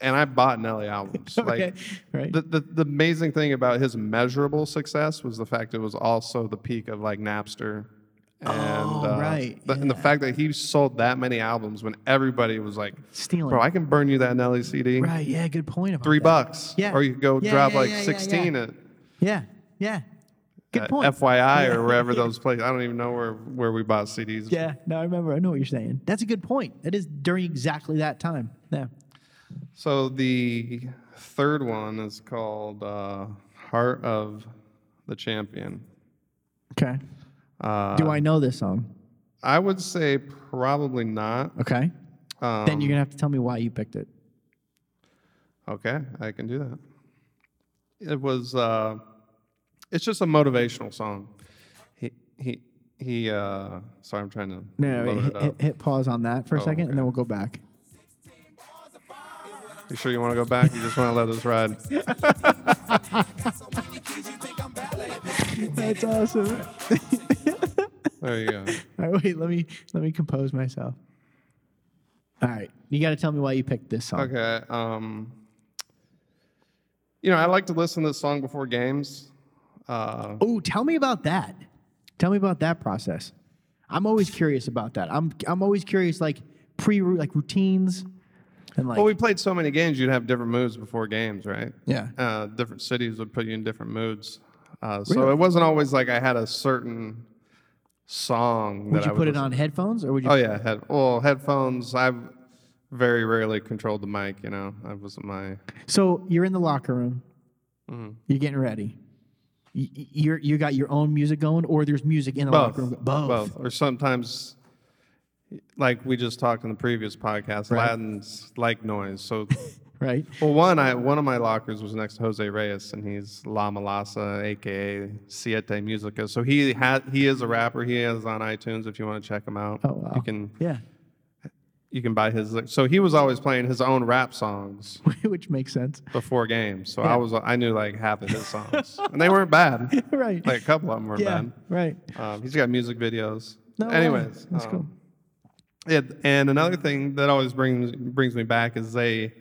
[SPEAKER 2] and I bought Nelly albums.
[SPEAKER 1] Okay,
[SPEAKER 2] Like
[SPEAKER 1] right.
[SPEAKER 2] the, the the amazing thing about his measurable success was the fact it was also the peak of like Napster. And, uh,
[SPEAKER 1] Oh, right,
[SPEAKER 2] the- And the
[SPEAKER 1] yeah.
[SPEAKER 2] fact that he sold that many albums when everybody was like,
[SPEAKER 1] Stealing.
[SPEAKER 2] bro, I can burn you that Nelly CD,
[SPEAKER 1] right, yeah, good point. About
[SPEAKER 2] three
[SPEAKER 1] that.
[SPEAKER 2] bucks,
[SPEAKER 1] Yeah.
[SPEAKER 2] or you could go
[SPEAKER 1] Yeah,
[SPEAKER 2] drop
[SPEAKER 1] yeah,
[SPEAKER 2] like
[SPEAKER 1] yeah, yeah, yeah.
[SPEAKER 2] sixteen at
[SPEAKER 1] Yeah, yeah. Good
[SPEAKER 2] at
[SPEAKER 1] point.
[SPEAKER 2] FYI or wherever those places. I don't even know where where we bought CDs.
[SPEAKER 1] yeah, no, I remember. I know what you're saying. That's a good point. That is during exactly that time. Yeah.
[SPEAKER 2] So the third one is called uh, Heart of the Champion.
[SPEAKER 1] Okay.
[SPEAKER 2] Uh,
[SPEAKER 1] Do I know this song?
[SPEAKER 2] I would say probably not.
[SPEAKER 1] Okay.
[SPEAKER 2] Um,
[SPEAKER 1] then you're gonna have to tell me why you picked it.
[SPEAKER 2] Okay, I can do that. It was. Uh, it's just a motivational song. He he he. Uh, sorry, I'm trying to.
[SPEAKER 1] No,
[SPEAKER 2] load
[SPEAKER 1] wait,
[SPEAKER 2] it
[SPEAKER 1] hit,
[SPEAKER 2] up.
[SPEAKER 1] hit, hit pause on that for a
[SPEAKER 2] Oh,
[SPEAKER 1] second,
[SPEAKER 2] okay.
[SPEAKER 1] and then we'll go back.
[SPEAKER 2] You sure you want to go back? You just want to let us ride.
[SPEAKER 1] That's awesome.
[SPEAKER 2] There you go.
[SPEAKER 1] All right, wait, let me let me compose myself. All right, you got to tell me why you picked this song.
[SPEAKER 2] Okay. Um, you know, I like to listen to this song before games. Uh,
[SPEAKER 1] Oh, tell me about that. Tell me about that process. I'm always curious about that. I'm I'm always curious, like pre like routines, and like
[SPEAKER 2] well, we played so many games, you'd have different moods before games, right?
[SPEAKER 1] yeah.
[SPEAKER 2] Uh, different cities would put you in different moods. Uh, so
[SPEAKER 1] Really?
[SPEAKER 2] it wasn't always like I had a certain song
[SPEAKER 1] Would
[SPEAKER 2] that
[SPEAKER 1] you
[SPEAKER 2] I
[SPEAKER 1] put it
[SPEAKER 2] listen-
[SPEAKER 1] on headphones or would you?
[SPEAKER 2] Oh yeah, head, well headphones. I've very rarely controlled the mic. You know, I wasn't my.
[SPEAKER 1] So you're in the locker room.
[SPEAKER 2] Mm-hmm.
[SPEAKER 1] You're getting ready. Y- y- You're you got your own music going, or there's music in the
[SPEAKER 2] both,
[SPEAKER 1] locker room. Both.
[SPEAKER 2] Or sometimes, like we just talked in the previous podcast,
[SPEAKER 1] Right.
[SPEAKER 2] Latin's like noise. So,
[SPEAKER 1] Right.
[SPEAKER 2] well, one I one of my lockers was next to Jose Reyes, and he's La Malasa, aka Siete Musica. So he had he is a rapper. He is on iTunes if you want to check him out.
[SPEAKER 1] Oh wow.
[SPEAKER 2] You can
[SPEAKER 1] Yeah.
[SPEAKER 2] you can buy his. So he was always playing his own rap songs.
[SPEAKER 1] Which makes sense.
[SPEAKER 2] Before games, so
[SPEAKER 1] Yeah.
[SPEAKER 2] I was I knew like half of his songs, and they weren't bad.
[SPEAKER 1] Right.
[SPEAKER 2] Like a couple of them were
[SPEAKER 1] yeah.
[SPEAKER 2] bad.
[SPEAKER 1] Right.
[SPEAKER 2] Um, he's got music videos.
[SPEAKER 1] No way.
[SPEAKER 2] Anyways,
[SPEAKER 1] That's
[SPEAKER 2] um,
[SPEAKER 1] cool.
[SPEAKER 2] yeah, and another thing that always brings brings me back is they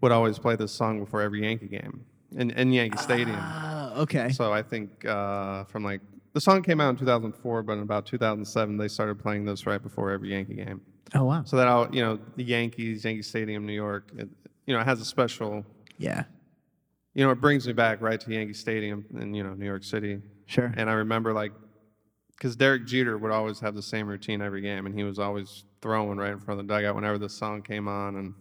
[SPEAKER 2] would always play this song before every Yankee game in, in Yankee Stadium.
[SPEAKER 1] Uh, okay.
[SPEAKER 2] So I think uh, from like the song came out in 2004, but in about 2007 they started playing this right before every Yankee game.
[SPEAKER 1] oh wow.
[SPEAKER 2] So that all you know, the Yankees, Yankee Stadium, New York, it, you know, it has a special.
[SPEAKER 1] yeah.
[SPEAKER 2] You know, it brings me back right to Yankee Stadium in you know New York City.
[SPEAKER 1] Sure.
[SPEAKER 2] And I remember like, because Derek Jeter would always have the same routine every game, and he was always throwing right in front of the dugout whenever this song came on, and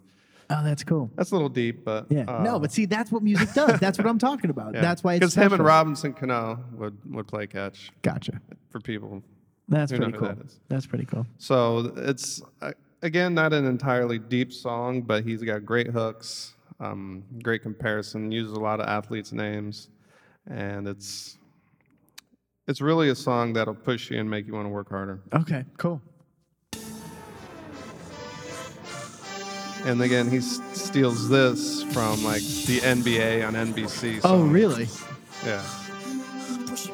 [SPEAKER 1] oh, that's cool.
[SPEAKER 2] that's a little deep, but
[SPEAKER 1] Yeah. no, but see, that's what music does. That's what I'm talking about. That's why it's
[SPEAKER 2] because him and
[SPEAKER 1] special.
[SPEAKER 2] Robinson Cano would would play catch
[SPEAKER 1] Gotcha.
[SPEAKER 2] for people.
[SPEAKER 1] That's
[SPEAKER 2] You know
[SPEAKER 1] pretty
[SPEAKER 2] who
[SPEAKER 1] cool.
[SPEAKER 2] that is.
[SPEAKER 1] That's pretty cool.
[SPEAKER 2] So it's uh, again not an entirely deep song, but he's got great hooks, um, great comparison, uses a lot of athletes' names, and it's. It's really a song that'll push you and make you want to work harder.
[SPEAKER 1] Okay. Cool.
[SPEAKER 2] And again, he s- steals this from like the NBA on NBC.
[SPEAKER 1] Oh,
[SPEAKER 2] song.
[SPEAKER 1] really?
[SPEAKER 2] Yeah.
[SPEAKER 3] Push it.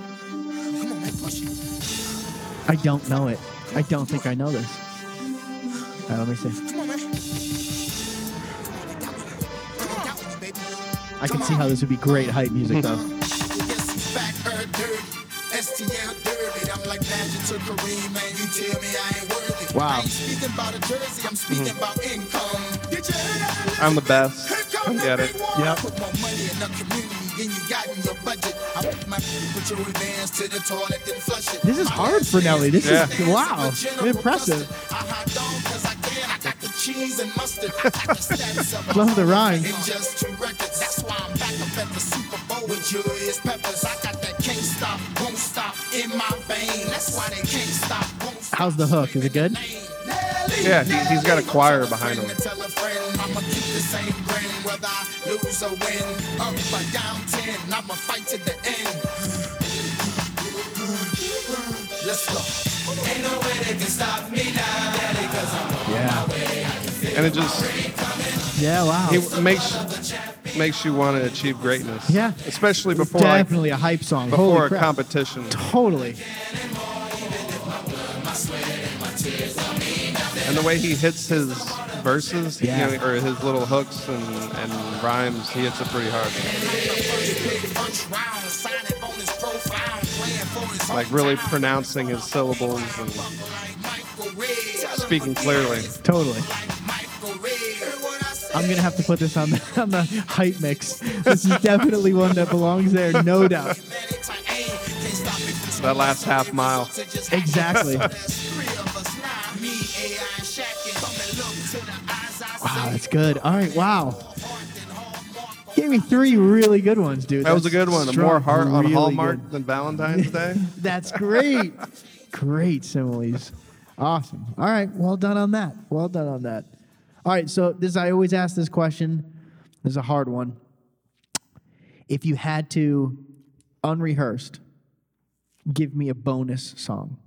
[SPEAKER 3] Come on, man, push it.
[SPEAKER 1] I don't know it. I don't think I know this. All right, let me see.
[SPEAKER 3] Come on, man. Come on, man, baby.
[SPEAKER 1] I can see how this would be great hype music, though.
[SPEAKER 3] Yes, he's back, her dirty. STL dirty. I'm like magic to Kareem, man. You tell me I ain't worthy.
[SPEAKER 1] Wow. Mm.
[SPEAKER 3] I ain't speaking about a jersey, I'm speaking about income. Did you hear that?
[SPEAKER 2] I'm the best.
[SPEAKER 3] Here come
[SPEAKER 2] Get it.
[SPEAKER 3] everyone.
[SPEAKER 1] Yep.
[SPEAKER 3] Put more money in the community than you got in your budget. I want my put your advance to the toilet, then flush it.
[SPEAKER 1] This is
[SPEAKER 3] My
[SPEAKER 1] hard for Nelly. This
[SPEAKER 2] Yeah.
[SPEAKER 1] is wow, impressive.
[SPEAKER 3] I hot dog 'cause I can. I got the cheese and mustard. I got the status of a
[SPEAKER 1] Love the rhyme.
[SPEAKER 3] in just two records. That's why I'm back up at the Super Bowl with Julius Peppers. I got that can't stop, won't stop in my vein. That's why they can't stop, won't stop.
[SPEAKER 1] How's the hook? Is it good?
[SPEAKER 3] Nelly,
[SPEAKER 2] Yeah, he- he's got a
[SPEAKER 3] Nelly.
[SPEAKER 2] choir
[SPEAKER 3] Tell a
[SPEAKER 2] behind
[SPEAKER 3] friend
[SPEAKER 2] him.
[SPEAKER 3] to Tell a friend, I'ma keep the same grin whether I lose or win. Up or down 10, I'ma fight to the end. Let's go. Ain't no way they can stop me now, Nelly, cause I'm
[SPEAKER 1] Yeah.
[SPEAKER 2] And it just
[SPEAKER 1] Yeah. Wow.
[SPEAKER 2] it makes makes you want to achieve greatness.
[SPEAKER 1] Yeah.
[SPEAKER 2] Especially before like,
[SPEAKER 1] Definitely a hype song.
[SPEAKER 2] before
[SPEAKER 1] Holy
[SPEAKER 2] a
[SPEAKER 1] crap.
[SPEAKER 2] competition.
[SPEAKER 1] Totally.
[SPEAKER 2] And the way he hits his verses, you
[SPEAKER 1] Yeah.
[SPEAKER 2] know, or his little hooks and, and rhymes, he hits it pretty hard. Like really pronouncing his syllables and speaking clearly.
[SPEAKER 1] Totally. I'm gonna have to put this on the on the hype mix. This is definitely one that belongs there, no doubt.
[SPEAKER 2] That last half mile.
[SPEAKER 1] Exactly.
[SPEAKER 3] Wow,
[SPEAKER 1] Wow, that's good. All right. Wow. gave me three really good ones, dude.
[SPEAKER 2] That was a
[SPEAKER 1] That's
[SPEAKER 2] good one. A
[SPEAKER 1] struck
[SPEAKER 2] more heart on
[SPEAKER 1] really
[SPEAKER 2] Hallmark
[SPEAKER 1] good.
[SPEAKER 2] than Valentine's Day.
[SPEAKER 1] That's great. great similes. Awesome. All right. Well done on that. Well done on that. All right. So this I always ask this question. This is a hard one. If you had to unrehearsed, give me a bonus song.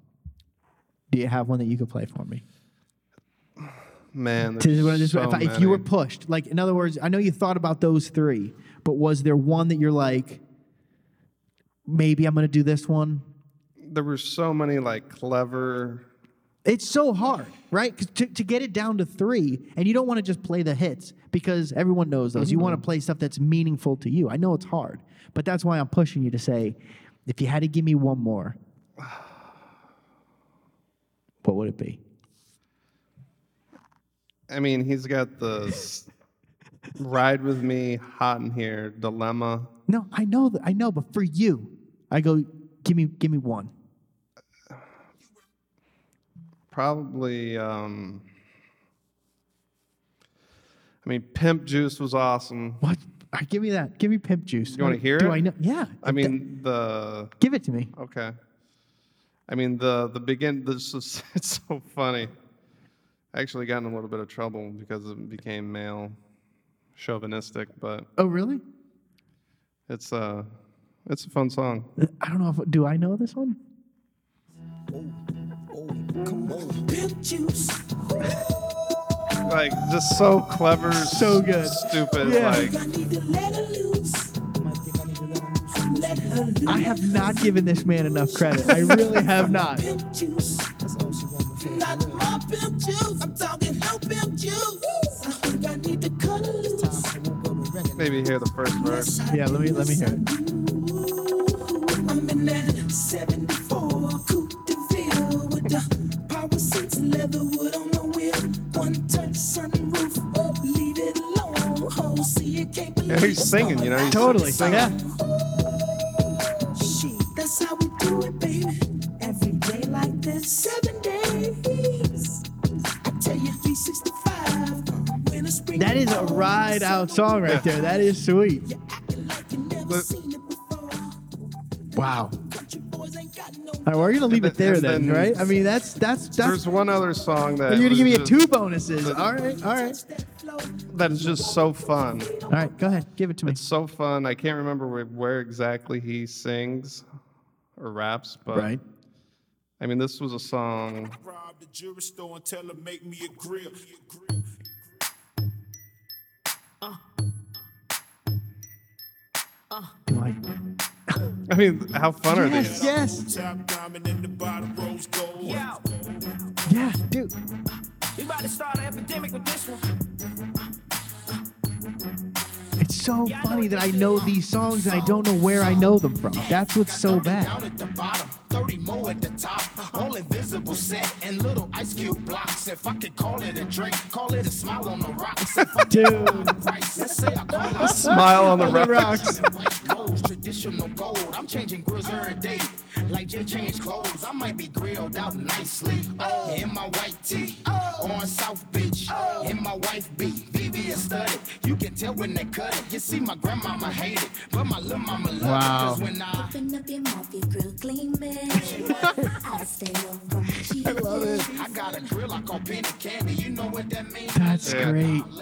[SPEAKER 1] Do you have one that you could play for me? To
[SPEAKER 2] Man,
[SPEAKER 1] this,
[SPEAKER 2] there's
[SPEAKER 1] one- this,
[SPEAKER 2] so
[SPEAKER 1] if, I- if you were
[SPEAKER 2] many.
[SPEAKER 1] pushed, like in other words, I know you thought about those three, but was there one that you're like, maybe I'm gonna do this one?
[SPEAKER 2] there were so many like clever.
[SPEAKER 1] It's so hard, right? 'Cause To, to get it down to three, and you don't want to just play the hits because everyone knows those. You want to play stuff that's meaningful to you. I know it's hard, but that's why I'm pushing you to say, if you had to give me one more, what would it be?
[SPEAKER 2] I mean, he's got the s- ride with me, hot in here, dilemma.
[SPEAKER 1] No, I know that I know, but for you, I go, give me, give me one.
[SPEAKER 2] Probably. Um, I mean, Pimp Juice was awesome.
[SPEAKER 1] What? All right, give me that. Give me pimp juice.
[SPEAKER 2] You wanna
[SPEAKER 1] Uh,
[SPEAKER 2] hear
[SPEAKER 1] Do
[SPEAKER 2] it?
[SPEAKER 1] I know? Yeah.
[SPEAKER 2] I
[SPEAKER 1] Th-
[SPEAKER 2] mean, the
[SPEAKER 1] give it to me.
[SPEAKER 2] Okay. I mean the the begin. This is it's so funny. I actually got in a little bit of trouble because it became male chauvinistic, but
[SPEAKER 1] Oh, really?
[SPEAKER 2] it's uh it's a fun song.
[SPEAKER 1] Uh, I don't know if do I know this one.
[SPEAKER 4] Pimp juice.
[SPEAKER 2] Like just so clever,
[SPEAKER 1] So good.
[SPEAKER 2] stupid.
[SPEAKER 1] Yeah.
[SPEAKER 2] Like
[SPEAKER 4] I need to let her loose. Let her loose.
[SPEAKER 1] I have not given this man enough credit. I really have not.
[SPEAKER 4] Pimp juice. Not my pimp juice. I'm talking no pimp juice. I think I need to cut her loose.
[SPEAKER 2] maybe hear the first verse.
[SPEAKER 1] Yeah, let me let me hear it.
[SPEAKER 4] I'm in that 74 Coupe de Ville with the power seats, leather wood on the wheel, one touch sunroof. Leave it alone, ho, see you can't believe
[SPEAKER 2] Yeah, he's singing, you know. He's
[SPEAKER 1] Totally.
[SPEAKER 2] Singing.
[SPEAKER 1] Yeah.
[SPEAKER 4] She, that's how we do it, baby. Every day like this, seven days. I tell you, 365. Winter, spring,
[SPEAKER 1] That is a
[SPEAKER 4] fall,
[SPEAKER 1] ride out song right there. That is sweet.
[SPEAKER 4] You acting like you never
[SPEAKER 2] But-
[SPEAKER 4] seen it before.
[SPEAKER 1] Wow.
[SPEAKER 4] Country boys ain't got no.
[SPEAKER 1] All right, we're gonna leave it there
[SPEAKER 2] And
[SPEAKER 1] then,
[SPEAKER 2] then-
[SPEAKER 1] right? I mean, that's that's that's.
[SPEAKER 2] There's one other song that
[SPEAKER 1] You're gonna
[SPEAKER 2] was
[SPEAKER 1] give me a
[SPEAKER 2] just-
[SPEAKER 1] two bonuses. All right, all right,
[SPEAKER 4] That flow.
[SPEAKER 2] that is just so fun.
[SPEAKER 1] all right. Go ahead, give it to me.
[SPEAKER 2] It's so fun. I can't remember where, where exactly he sings or raps, but
[SPEAKER 1] Right.
[SPEAKER 2] I mean this was a song.
[SPEAKER 5] rob the jewelry store and tell her make me a grill. grill.
[SPEAKER 1] Like,
[SPEAKER 2] I mean, how fun are these?
[SPEAKER 1] yes, yes,
[SPEAKER 5] Top diamond in the bottom, rose gold.
[SPEAKER 4] Yo,
[SPEAKER 1] yeah, dude.
[SPEAKER 4] we about to start an epidemic with this one.
[SPEAKER 1] It's so funny that I know these songs and I don't know where I know them from. That's what's so bad.
[SPEAKER 6] Down at the bottom, 30 more at the top. All invisible set and little ice cube blocks. If I could call it a drink, call it a smile on the rocks. If I
[SPEAKER 1] Dude,
[SPEAKER 6] price, let's say I call it
[SPEAKER 2] Smile on the
[SPEAKER 1] on the
[SPEAKER 2] rock.
[SPEAKER 1] rocks.
[SPEAKER 6] white clothes, traditional gold. I'm changing grills every day. Like just change clothes, I might be grilled out nicely.
[SPEAKER 1] Oh.
[SPEAKER 6] In my white tee, on South Beach. In my wife beat, BB is studded. You can tell when they cut it. You see, my grandmama hate it, but my little mama love
[SPEAKER 1] Wow.
[SPEAKER 6] it. 'Cause when I
[SPEAKER 7] Open up your mouth, your grill gleaming. I stay over. I love it.
[SPEAKER 6] I got a grill, I call penny candy. You know what that means.
[SPEAKER 1] That's
[SPEAKER 2] Yeah.
[SPEAKER 1] great.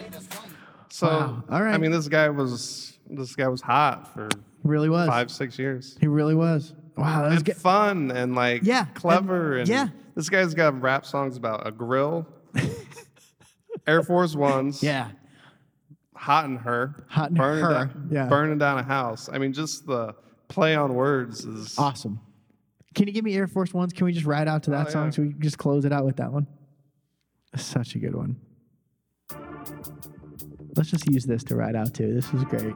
[SPEAKER 2] So
[SPEAKER 1] Wow. All
[SPEAKER 2] I
[SPEAKER 1] right.
[SPEAKER 2] mean, this guy was this guy was hot for
[SPEAKER 1] Really was.
[SPEAKER 2] five six years.
[SPEAKER 1] He really was. Wow, that was
[SPEAKER 2] And
[SPEAKER 1] good.
[SPEAKER 2] fun and like
[SPEAKER 1] Yeah,
[SPEAKER 2] clever
[SPEAKER 1] and-
[SPEAKER 2] and,
[SPEAKER 1] yeah.
[SPEAKER 2] This guy's got rap songs about a grill, Air Force Ones,
[SPEAKER 1] Yeah,
[SPEAKER 2] hot in her,
[SPEAKER 1] Hot in
[SPEAKER 2] burning
[SPEAKER 1] her,
[SPEAKER 2] down,
[SPEAKER 1] yeah.
[SPEAKER 2] burning down a house. I mean, just the play on words is
[SPEAKER 1] awesome. Can you give me Air Force Ones? Can we just ride out to that
[SPEAKER 2] Oh,
[SPEAKER 1] song
[SPEAKER 2] yeah.
[SPEAKER 1] so we can just close it out with that one? That's such a good one. Let's just use this to ride out to. This is great. All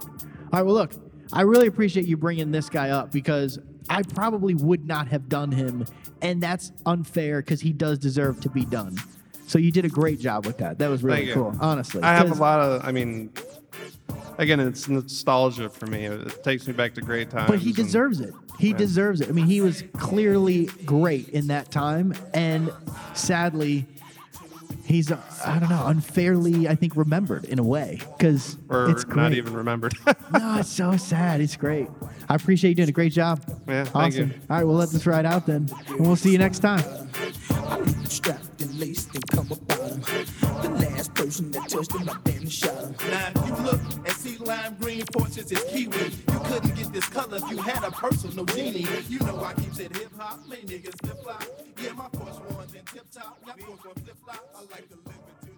[SPEAKER 1] right, well, look, I really appreciate you bringing this guy up because I probably would not have done him, and that's unfair because he does deserve to be done. So you did a great job with that. That was
[SPEAKER 2] Thank
[SPEAKER 1] really
[SPEAKER 2] you.
[SPEAKER 1] cool, honestly.
[SPEAKER 2] I have a
[SPEAKER 1] 'cause-
[SPEAKER 2] lot of. I mean, again, it's nostalgia for me. It, it takes me back to great times.
[SPEAKER 1] But he
[SPEAKER 2] and-
[SPEAKER 1] deserves it. He deserves it. I mean, he was clearly great in that time, and sadly, he's uh, I don't know unfairly I think remembered in a way because
[SPEAKER 2] or
[SPEAKER 1] it's great.
[SPEAKER 2] not even remembered.
[SPEAKER 1] no, it's so sad. It's great. I appreciate you doing a great job.
[SPEAKER 2] Yeah, thank you.
[SPEAKER 1] awesome. All right, we'll let this ride out then, and we'll see you next time.
[SPEAKER 4] Strapped and laced and come up on 'em. The last person that touched him, I damn shot him.
[SPEAKER 3] Now, if you look and see lime green fortunes is kiwi, you couldn't get this color if you had a personal genie. You know I keeps it hip hop, man niggas flip flop. Yeah, my Porsche ones in tip top, got Porsche one flip flop. I like to live it to the